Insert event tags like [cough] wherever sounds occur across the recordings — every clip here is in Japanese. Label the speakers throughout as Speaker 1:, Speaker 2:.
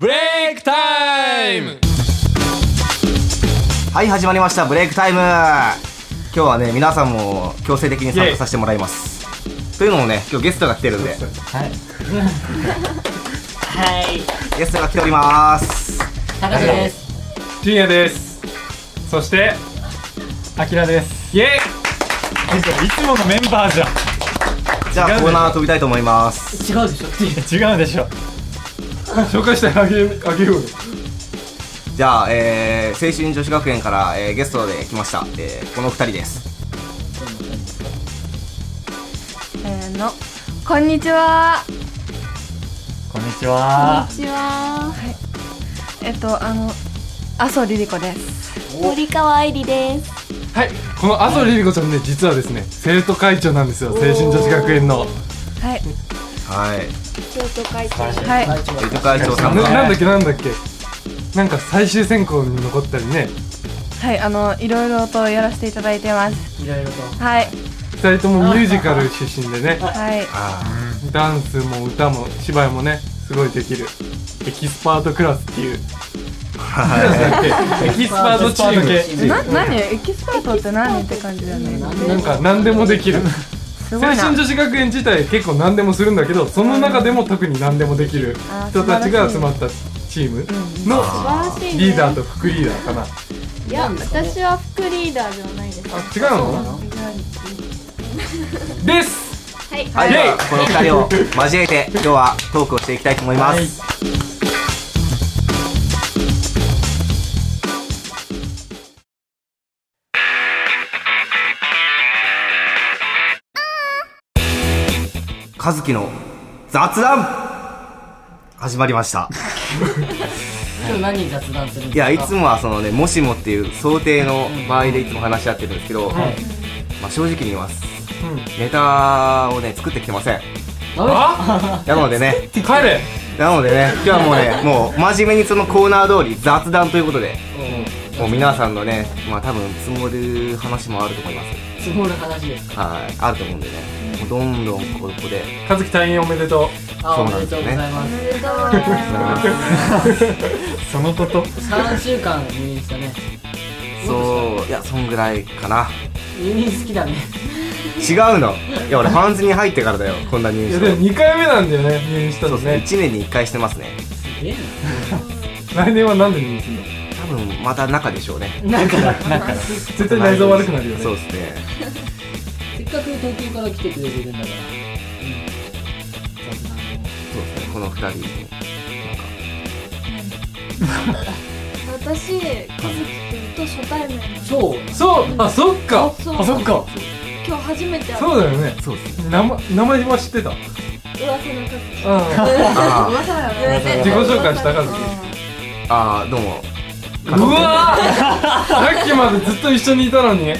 Speaker 1: ブレイクタイム
Speaker 2: はい始まりましたブレイクタイム今日はね皆さんも強制的に参加させてもらいますというのもね今日ゲストが来てるんで
Speaker 3: はい、
Speaker 2: ゲストが来ております
Speaker 3: 高橋です。
Speaker 1: ジュニアですそして
Speaker 4: アキラです。
Speaker 1: イエイ
Speaker 4: いつものメンバーじ
Speaker 2: じゃあ
Speaker 4: 違うね
Speaker 2: コーナー飛びたいと思います
Speaker 3: 違うでしょっていう。
Speaker 4: ゃん。違うでしょ。
Speaker 1: 紹介してあげあげようよ
Speaker 2: じゃあ、えー、青春女子学園から、えーゲストで来ました、えーこの二人です
Speaker 5: せーの。こんにちは。
Speaker 4: こんにち
Speaker 6: こん
Speaker 4: は
Speaker 6: に。ちは。
Speaker 5: えっと、あの、麻生リリコです。
Speaker 6: 森川愛理です。
Speaker 1: はいこの麻生リリ子ちゃんね実はですね生徒会長なんですよ青春女子学園の
Speaker 5: はい。
Speaker 2: はい
Speaker 6: 生徒会長。
Speaker 5: はい。
Speaker 2: 生徒会長さ
Speaker 1: なん [laughs]
Speaker 2: が
Speaker 1: なんだっけなんだっけなんか最終選考に残ったりね
Speaker 5: はい。あの、いろいろとやらせていただいてます。
Speaker 3: いろいろと。
Speaker 5: はい。
Speaker 1: 二人ともミュージカル出身でね
Speaker 5: はい。
Speaker 2: あ
Speaker 1: ダンスも歌も芝居もねすごいできるエキスパートクラス
Speaker 4: [laughs]
Speaker 1: っていうエキスパートチーム
Speaker 4: エキスパート系
Speaker 5: な、何エキスパートって何って感じだよね。
Speaker 1: なんか何でもできる
Speaker 5: す
Speaker 1: 青
Speaker 5: ごいな
Speaker 1: 春。女子学園自体結構何でもするんだけどその中でも特に何でもできる人たちが集まったチームの
Speaker 6: 素晴らしい、ね。
Speaker 1: リーダーと副リーダーかなあ
Speaker 6: いや、私は副リーダーではないです。は
Speaker 1: 違うのです
Speaker 6: い。
Speaker 2: ーはい
Speaker 1: イ
Speaker 2: で
Speaker 1: エイ
Speaker 2: はこの二人を交えて今日はトークをしていきたいと思います、和樹の雑談始まりました
Speaker 3: 今日何雑談するんですか。
Speaker 2: いやいつもはそのねもしもっていう想定の場合でいつも話し合ってるんですけど、
Speaker 3: はい。
Speaker 2: まあ、正直に言います
Speaker 1: うん
Speaker 2: ネタをね作ってきてません
Speaker 1: あ [laughs]
Speaker 2: なのでね
Speaker 1: 帰れ
Speaker 2: なのでね今日はもう
Speaker 1: [laughs]
Speaker 2: ねもう真面目にそのコーナー通り雑談ということでもう皆さんのねまあ多分積もる話もあると思います
Speaker 3: 積もる話ですか。
Speaker 2: はいあると思うんでねもうどんどんここ
Speaker 1: [laughs]
Speaker 2: で
Speaker 1: 和樹退院おめでと
Speaker 3: あ、
Speaker 2: そ
Speaker 3: お
Speaker 2: うな
Speaker 3: め
Speaker 2: ん
Speaker 3: で
Speaker 2: です
Speaker 3: と
Speaker 2: よ
Speaker 3: うご
Speaker 2: ね
Speaker 3: ざいます。
Speaker 4: そのこと。
Speaker 3: 三週間入院したね。
Speaker 2: そういやそんぐらいかな
Speaker 3: 入院好きだね。
Speaker 2: 違うのいや俺ハンズに入ってからだよこんな入
Speaker 1: う
Speaker 2: 院
Speaker 1: い
Speaker 2: し
Speaker 1: や
Speaker 2: た
Speaker 1: で
Speaker 2: の
Speaker 1: も2回目なんだよね入院した
Speaker 2: そ
Speaker 1: の
Speaker 2: うですね
Speaker 1: ね
Speaker 2: 1年に1回してますね
Speaker 3: すげえ
Speaker 1: 来年は何で入院するの
Speaker 2: 多分また中でしょうね
Speaker 3: な。なんか
Speaker 4: なんか
Speaker 1: 絶対内臓悪くなるよね
Speaker 2: そうですね
Speaker 3: せっかく東京から来てくれてるんだから。
Speaker 2: そうですねこの2人
Speaker 1: [laughs]
Speaker 6: 私、和樹くんと初対面なの。
Speaker 3: そう。
Speaker 1: そうあそっか
Speaker 6: そう
Speaker 4: あ、そっか。
Speaker 6: 今日初めて会う
Speaker 1: そうだよね
Speaker 2: そうですね
Speaker 1: 名前名前は知ってたうん
Speaker 6: 噂の和樹。
Speaker 2: あー
Speaker 1: [laughs] 自己紹介した和樹
Speaker 2: あーどうも
Speaker 1: うわーさっきまでずっと一緒にいたのに
Speaker 2: い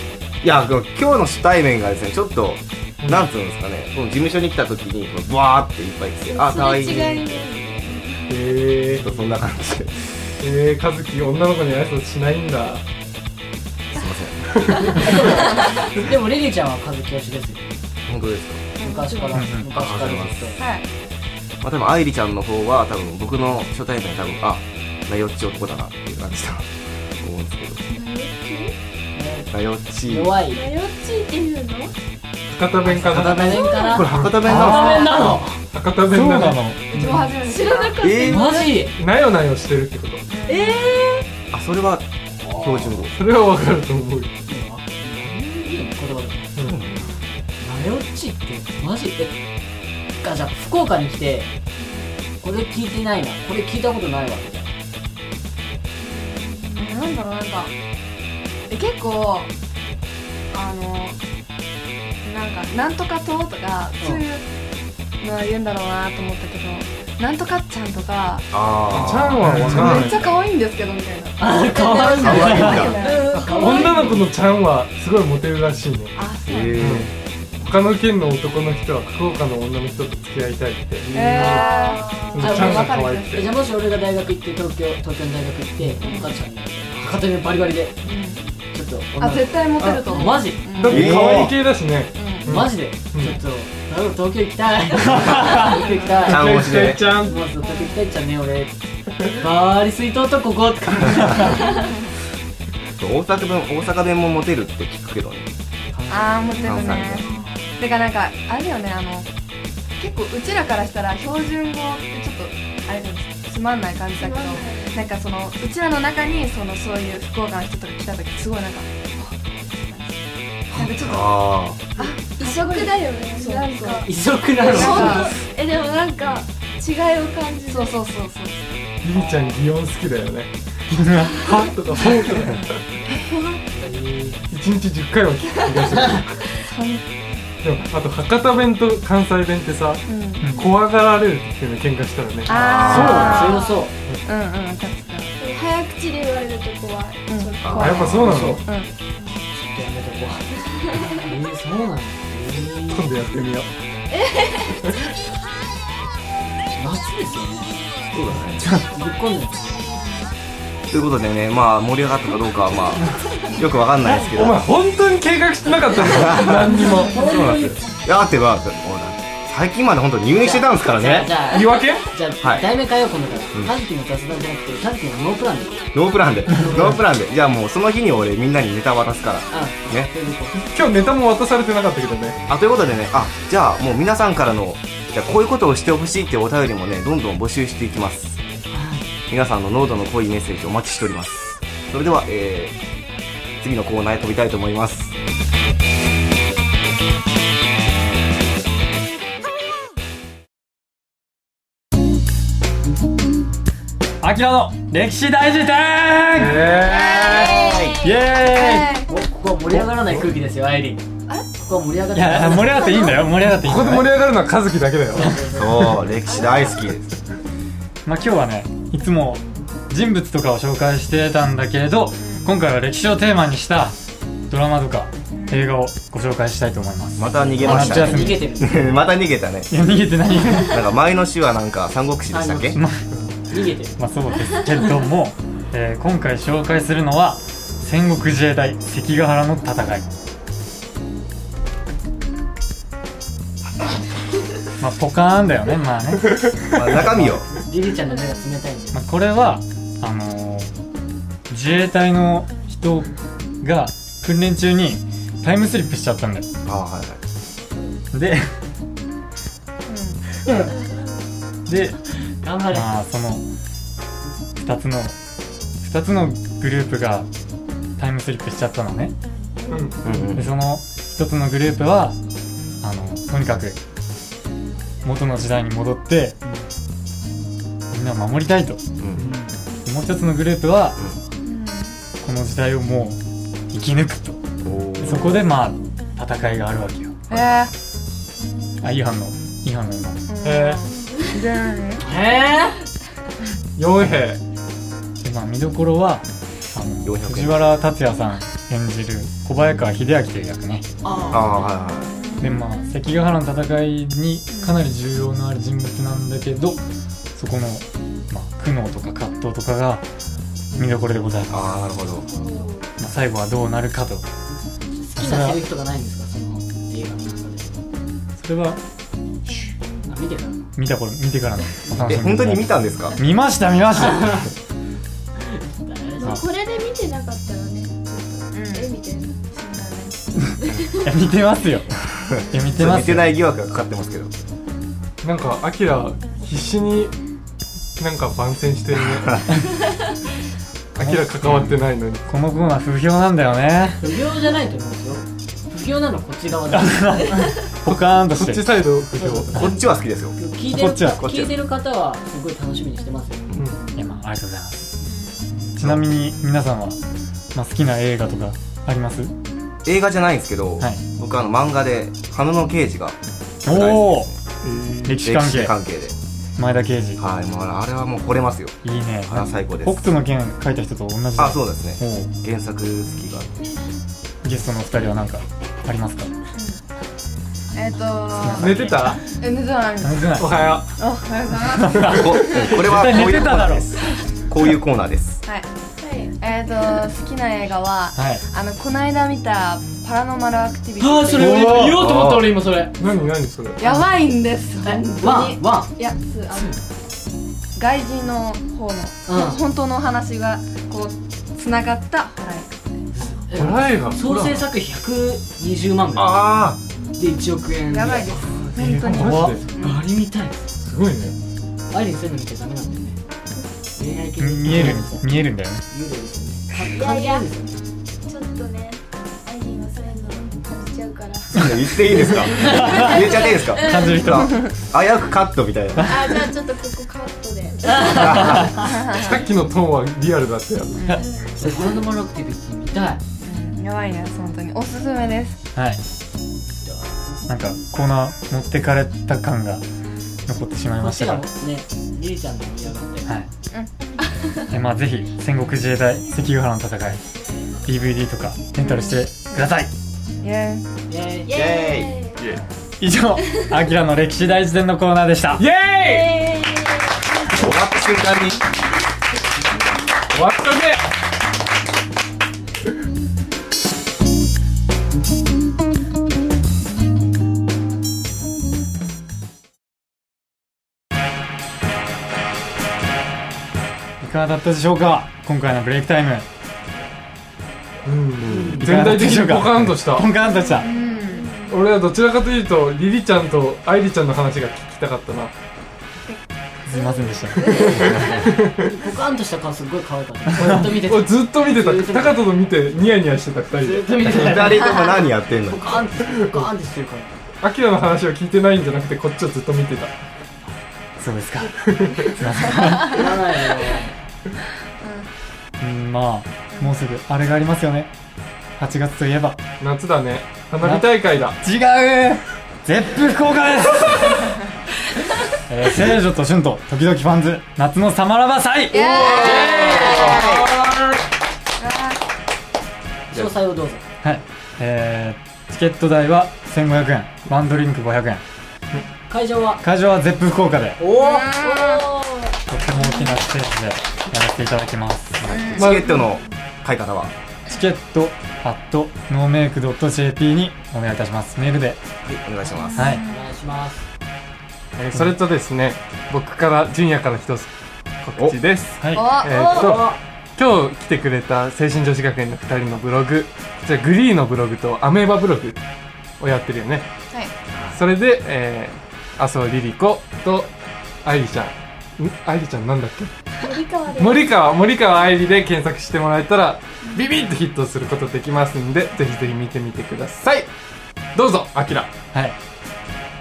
Speaker 2: やこの今日の初対面がですねちょっとなんつうんですかねこの事務所に来た時にこうバーっていっぱい来てあ可愛い
Speaker 6: すれ違い
Speaker 2: ね
Speaker 6: に。
Speaker 1: え
Speaker 2: ちょっとそんな感じです
Speaker 1: えー、和樹女の子に挨拶しないんだ
Speaker 2: いませ
Speaker 3: [laughs] でもリリちゃんは和樹推しですよ。
Speaker 2: ん本当ですか
Speaker 3: 昔から昔からずっ
Speaker 5: はい。
Speaker 2: まあ多分愛梨ちゃんの方は多分僕の初対面多分あなよっち男だなっていう感じだと思うんですけどなよっ
Speaker 3: と。
Speaker 2: ち
Speaker 3: 弱い。
Speaker 6: マヨッチーっていうの
Speaker 1: 博多弁かな
Speaker 3: 片面か
Speaker 2: これ
Speaker 3: ら。
Speaker 2: 博多弁
Speaker 3: 片
Speaker 2: な
Speaker 3: 面
Speaker 2: んで
Speaker 3: なの。
Speaker 1: 博多
Speaker 4: そう
Speaker 1: 弁な
Speaker 4: な
Speaker 1: の
Speaker 4: の。
Speaker 6: 知らなかっ
Speaker 2: すかえー、
Speaker 3: マジ。
Speaker 1: なよなよしてるってこと
Speaker 2: あそれは標準語
Speaker 1: それはわかると思うよ
Speaker 3: いいね言葉でもマヨッチってマジでかじゃあ福岡に来てこれ聞いてないなこれ聞いたことないわみたいな
Speaker 5: えなんだろうなんかえ結構あのなんか「なんとか党」とか
Speaker 3: うん
Speaker 5: そういうのは言うんだろうなと思ったけど「なんとかちゃん」とか
Speaker 2: あ
Speaker 1: ちゃんはわから
Speaker 5: め
Speaker 1: な
Speaker 5: っちゃ
Speaker 1: い
Speaker 5: 可愛いんですけどみたいな
Speaker 3: あ [laughs] かわいい
Speaker 2: 可愛いんだ
Speaker 1: 女の子のちゃんはすごいモテるらしいね
Speaker 5: あそうなんだ
Speaker 2: え
Speaker 1: 他の県の男の人は福岡の女の人と付き合いたいって
Speaker 5: え
Speaker 1: そのちゃんが可愛く
Speaker 3: えじ
Speaker 1: て
Speaker 3: ゃあもし俺が大学行って東京東京の大学行ってお母ちゃんに博多弁バリバリでちょっと
Speaker 5: ー、あ絶対モテると思う
Speaker 3: マジ
Speaker 1: だって可愛い系だしね
Speaker 3: マジでちょ
Speaker 1: ん
Speaker 3: っと俺も東京行
Speaker 2: [laughs]
Speaker 3: きたい東京行きたい
Speaker 2: ちゃん押しで
Speaker 1: ちゃん
Speaker 3: もうずっと行きたいっちゃね俺バーリ水筒と
Speaker 2: [laughs]
Speaker 3: こことか
Speaker 2: 大阪弁大阪弁もモテるって聞くけどね
Speaker 5: ああもう全部
Speaker 2: 関
Speaker 5: ねてかなんかあれよねあの結構うちらからしたら標準語ってちょっとあれでもつまんない感じだけどなんかそのうちらの中にそのそういう福岡の人とか来た時すごいなんかあなんかちょっと
Speaker 2: あ
Speaker 6: 異色だよね
Speaker 5: そう
Speaker 6: なんか
Speaker 3: 異色な
Speaker 5: な
Speaker 3: の
Speaker 5: んか
Speaker 6: えでもなんか違いを感じる
Speaker 5: そうそうそうそう
Speaker 1: りりちゃん擬音好きだよ
Speaker 5: [laughs]
Speaker 1: ねはとかそうとか一日10回は聞く気がするでもあと博多弁と関西弁ってさ
Speaker 5: うんうん
Speaker 1: 怖がられるっていうの喧嘩したらね
Speaker 5: あー
Speaker 3: そうそう
Speaker 5: うんうん確かに
Speaker 6: 早口で言われると怖い、
Speaker 5: うん
Speaker 6: ちょっと
Speaker 2: あ
Speaker 1: あやっぱそうなの
Speaker 5: うん
Speaker 3: そうそうなの
Speaker 1: 今度やってみよう
Speaker 3: 夏ですよね
Speaker 2: そうだね
Speaker 3: ぶっこんでる
Speaker 2: ということでねまあ盛り上がったかどうかはまあよくわかんないですけど
Speaker 1: お前本当に計画してなかったの [laughs] 何にも
Speaker 2: そうなんですよいやだってまあほら最近まで本当入院してたんですから
Speaker 3: じゃあ
Speaker 2: ね
Speaker 3: じゃあ
Speaker 1: 言い訳
Speaker 3: じゃあ、
Speaker 2: はい
Speaker 3: 題名変えよう今度か
Speaker 2: うん
Speaker 3: らカズキの雑談じゃなくてカズキのノープランで
Speaker 2: ノープランでノープランでじゃあもうその日に俺みんなにネタ渡すから
Speaker 3: あ
Speaker 2: ね
Speaker 3: そういうこ
Speaker 1: 今日ネタも渡されてなかったけどね
Speaker 2: あということでねあじゃあもう皆さんからのじゃあこういうことをしてほしいっていうお便りもねどんどん募集していきます
Speaker 3: とはい
Speaker 2: 皆さんの濃度の濃いメッセージお待ちしておりますそれでは、えー、次のコーナーへ飛びたいと思います
Speaker 4: アキラの歴史大辞典
Speaker 1: え
Speaker 4: イエーイ
Speaker 5: え
Speaker 3: おここは盛り上がらない空気ですよアイリーここは盛り上が
Speaker 4: いや
Speaker 3: らな
Speaker 4: 盛
Speaker 3: い
Speaker 4: り上がっていいんだよ盛り上がっていい
Speaker 1: こ
Speaker 4: ん
Speaker 1: こで
Speaker 4: だ
Speaker 1: 盛
Speaker 4: よ
Speaker 1: り上がるのは和樹だけだよ
Speaker 2: そう歴史大好きです
Speaker 4: まあ今日はねいつも人物とかを紹介してたんだけれど今回は歴史をテーマにしたドラマとか映画をご紹介したいと思います
Speaker 2: また逃げまし
Speaker 4: 夏
Speaker 2: た
Speaker 4: 休み
Speaker 2: ね
Speaker 3: 逃げて
Speaker 2: [laughs]
Speaker 3: る
Speaker 2: また逃げたね
Speaker 4: いや逃げてない
Speaker 2: なんか前の週はなんか三国志でしたっけ
Speaker 4: まあ
Speaker 3: 逃げてる
Speaker 4: まあそうですけども、えー今回紹介するのは戦国自衛隊関ヶ原の戦いまあポカーンだよねまあね、
Speaker 2: まあ中
Speaker 4: [laughs]
Speaker 2: 身を
Speaker 3: リリちゃんの目が冷たいんで
Speaker 4: まあ、これはあのー自衛隊の人が訓練中にタイムスリップしちゃったんだよ
Speaker 2: ああはいはい
Speaker 4: でで
Speaker 3: 頑張れ
Speaker 4: まあその2つの2つのグループがタイムスリップしちゃったのね
Speaker 1: うん
Speaker 2: うんうん
Speaker 4: でその一つのグループはあのとにかく元の時代に戻ってみんなを守りたいと
Speaker 2: うん
Speaker 4: もう一つのグループはこの時代をもう生き抜くと
Speaker 2: おー
Speaker 4: そこでまあ戦いがあるわけよ
Speaker 5: ー、え
Speaker 4: あ違反の違反の今
Speaker 1: [laughs] え
Speaker 5: ー、で何
Speaker 3: え
Speaker 1: ー、4兵
Speaker 4: でまあ見どころはあの
Speaker 2: 400円
Speaker 4: 藤原竜也さん演じる小早川秀明という役ね
Speaker 3: ー、あ
Speaker 2: ああはいはい
Speaker 4: でまあ関ヶ原の戦いにかなり重要なある人物なんだけどそこの、まあ、苦悩とか葛藤とかが見どころでございま
Speaker 2: ああなるほど
Speaker 4: す、まあ、最後はどうなるかと
Speaker 3: 好きなセリフとかないんですかその映画の中
Speaker 4: それは
Speaker 3: であ見てた
Speaker 4: 見た頃見てからのお楽
Speaker 2: え
Speaker 4: しみ
Speaker 2: 本
Speaker 4: でござ
Speaker 2: 当
Speaker 4: います
Speaker 2: に見たんですか
Speaker 4: 見ました見ました
Speaker 2: [laughs]
Speaker 6: でもこれで見てなかったらねちょっとえみたいな
Speaker 4: 見や見てます
Speaker 2: [laughs]
Speaker 4: よいや見てま
Speaker 2: 見
Speaker 4: す
Speaker 2: て
Speaker 4: よ
Speaker 2: ない疑惑がかかってますけど
Speaker 1: なんかアキラ必死になんか番宣してる [laughs] ねアキラ関わってないのに
Speaker 4: このコーナー不評なんだよね
Speaker 3: 不評じゃないと思うんですよ不評なのこっち側だ
Speaker 4: ポカーンと
Speaker 1: そ
Speaker 4: し
Speaker 1: っち
Speaker 4: て
Speaker 1: サイド不評
Speaker 2: こっちは好きですよ
Speaker 3: 聞いてる
Speaker 4: こっちはこ
Speaker 2: っちは
Speaker 3: 聞いてる方はすごい楽しみにしてますよ
Speaker 4: いやまあありがとうございますちなみに皆さんは、まあ、好きな映画とかあります
Speaker 2: 映画じゃないんですけど、
Speaker 4: はい
Speaker 2: 僕あの漫画で花の刑事が
Speaker 4: おお歴
Speaker 2: 歴
Speaker 4: 史関
Speaker 2: 史
Speaker 4: 係
Speaker 2: 関係で
Speaker 4: 前田慶次
Speaker 2: はいもうあれはもう惚れますよ
Speaker 4: いいね
Speaker 2: あれは最高です
Speaker 4: 北斗の拳書いた人と同じだ
Speaker 2: あそうですね
Speaker 4: おう
Speaker 2: 原作付き
Speaker 4: [laughs]
Speaker 2: があって
Speaker 4: ゲストのお二人は何かありますか
Speaker 5: えっ、ー、と
Speaker 1: 寝てた
Speaker 5: え寝てない
Speaker 4: 何もない
Speaker 1: おはよ
Speaker 5: おはようございます
Speaker 2: ここれは
Speaker 4: 絶対
Speaker 2: こう
Speaker 4: 寝
Speaker 2: い
Speaker 4: て
Speaker 2: うコ
Speaker 4: た
Speaker 2: ーナ
Speaker 4: だ
Speaker 2: ー
Speaker 4: ろ
Speaker 2: ですこういうコーナーです
Speaker 5: はい
Speaker 6: はい
Speaker 5: ええっ、ー、と好きな映画は
Speaker 4: はい
Speaker 5: あのこの間見たパラノマルアクティビティ
Speaker 7: ああ、それ俺
Speaker 1: おー
Speaker 7: 言おうと思った俺今それ。
Speaker 1: 何何それ
Speaker 5: やばいんです本当
Speaker 3: ワ
Speaker 5: に
Speaker 3: ン、ワン。
Speaker 5: いやつあの外人の方の、
Speaker 3: うん
Speaker 5: 本当のお話がこうつながったホラー映
Speaker 1: ホラー映画
Speaker 3: 総制作費120万ぐら
Speaker 2: あ
Speaker 3: いで1億円
Speaker 5: 画やばいです本当に
Speaker 1: マジで
Speaker 3: あれみたい
Speaker 1: すごいね
Speaker 3: アイリンそういうの見ちゃダメなんだよね恋愛系
Speaker 4: 見える見えるんだよね
Speaker 3: 幽霊ですよね
Speaker 6: いやいや
Speaker 3: 感じるんですよね
Speaker 6: ちょっとねアイリーがそういうの感じちゃうか
Speaker 2: あ
Speaker 6: ら
Speaker 2: 言っていい
Speaker 4: [laughs]
Speaker 2: ですか言っちゃっていいですか
Speaker 4: 感じる人
Speaker 2: 危うくカットみたいな
Speaker 6: あじゃあちょっとここカットで
Speaker 1: さっきのトーンはリアルだったよ
Speaker 3: パラノマルアクティビティ見たい
Speaker 5: うんやばいです本当におすすめです
Speaker 4: はいなんかコーナー持ってかれた感が残ってしまい
Speaker 3: こ
Speaker 4: ま
Speaker 3: っ
Speaker 4: した
Speaker 3: ちが
Speaker 4: が
Speaker 3: ねリリちゃんの盛り上がって
Speaker 4: はい、えまあぜひ戦国自衛隊関ヶ原の戦い DVD とかレンタルしてください
Speaker 5: イエーイ
Speaker 3: イエーイ
Speaker 6: イエーイ
Speaker 4: 以上「アキラの歴史大辞典」のコーナーでした
Speaker 1: イエーイ
Speaker 6: え
Speaker 2: 終わった瞬間に
Speaker 1: 終わったね
Speaker 4: いかがだったでしょうか今回のブレイクタイム
Speaker 1: うん全体的にポカンとした
Speaker 4: 今回んとした
Speaker 1: 俺はどちらかというとリリちゃんと愛梨ちゃんの話が聞きたかったな
Speaker 4: すいませんでした
Speaker 3: ポカンとした顔すっごい可愛かったずっと
Speaker 1: [laughs]
Speaker 3: 見てた
Speaker 1: 俺ずっと見てた高田と見てニヤニヤしてた二人
Speaker 3: ず
Speaker 1: で
Speaker 3: っと見てた
Speaker 2: 2人とも何やってんの
Speaker 3: ポカンってポカンってしてるから
Speaker 1: アキラの話は聞いてないんじゃなくてこっちをずっと見てた
Speaker 4: そうですか
Speaker 3: 知らないよ
Speaker 4: うんまあもうすぐあれがありますよね8月といえば
Speaker 1: 夏だね花火大会だ
Speaker 4: 違う絶風効果ですえー、聖女と春と時々ファンズ夏のサマラバ祭
Speaker 3: 詳細をどうぞ
Speaker 4: はいえー、チケット代は1500円ワンドリンク500円
Speaker 3: 会場は
Speaker 4: 会場は絶風効果で
Speaker 3: おお
Speaker 4: とっても大きなステージでやらせていただきます
Speaker 2: チケットの買い方は
Speaker 4: チケットアットノーメイクドット JP にお願いいたしますメールで
Speaker 2: はいお願いします
Speaker 4: はい
Speaker 3: お願いします
Speaker 1: えーそれとですね僕から純也から一つ告知です
Speaker 4: はい
Speaker 1: えーっと今日来てくれた精神女子学園の二人のブログじゃあグリーのブログとアメーバブログをやってるよね
Speaker 5: はい
Speaker 1: それで、えー、麻生リリ子と愛梨ちゃんん愛梨ちゃんなんだっけ
Speaker 6: ー、森川です
Speaker 1: 森川森川愛理で検索してもらえたらビビッとヒットすることできますんでぜひぜひ見てみてくださいどうぞアキラ
Speaker 4: はい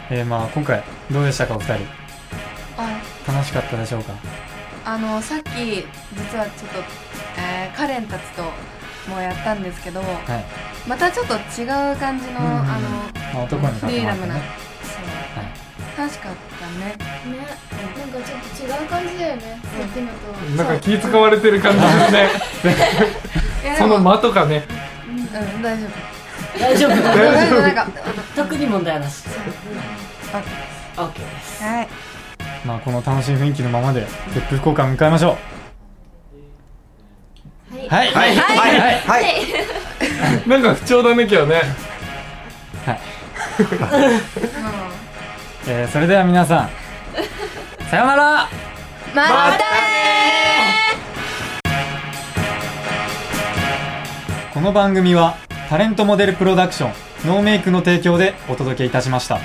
Speaker 4: えー、まあ今回どうでしたかお二人
Speaker 5: あ
Speaker 4: 楽しかったでしょうか
Speaker 5: あのさっき実はちょっと、えーカレンたちともやったんですけど
Speaker 4: はい、
Speaker 5: またちょっと違う感じの、
Speaker 4: うんうんうん
Speaker 5: あの
Speaker 4: まあ、男に
Speaker 5: フ
Speaker 4: 関
Speaker 5: リ
Speaker 4: て
Speaker 5: ー
Speaker 4: も
Speaker 5: ダ
Speaker 4: らってね
Speaker 5: ムなそ
Speaker 4: は
Speaker 5: う、
Speaker 4: い
Speaker 5: 楽しかったね
Speaker 6: ねなんかちょっと違う感じだよねさっきのとは
Speaker 1: なんか気使われてる感じですね
Speaker 5: いやで
Speaker 1: そ
Speaker 5: も
Speaker 1: の間とかね
Speaker 5: うん大丈夫
Speaker 3: 大丈夫
Speaker 5: 大丈夫なん
Speaker 4: [laughs]
Speaker 5: か
Speaker 3: 特に問題なし
Speaker 5: あの
Speaker 3: OK です
Speaker 5: はい
Speaker 4: まあこの楽しい雰囲気のままで別府効果を迎えましょう
Speaker 6: は
Speaker 4: は
Speaker 6: い
Speaker 4: いはい
Speaker 2: はい
Speaker 4: はい
Speaker 2: はい
Speaker 1: なんか不調だね今日ね
Speaker 4: えーそれでは皆さんさようなら
Speaker 5: また
Speaker 4: この番組はタレントモデルプロダクションノーメイクの提供でお届けいたしました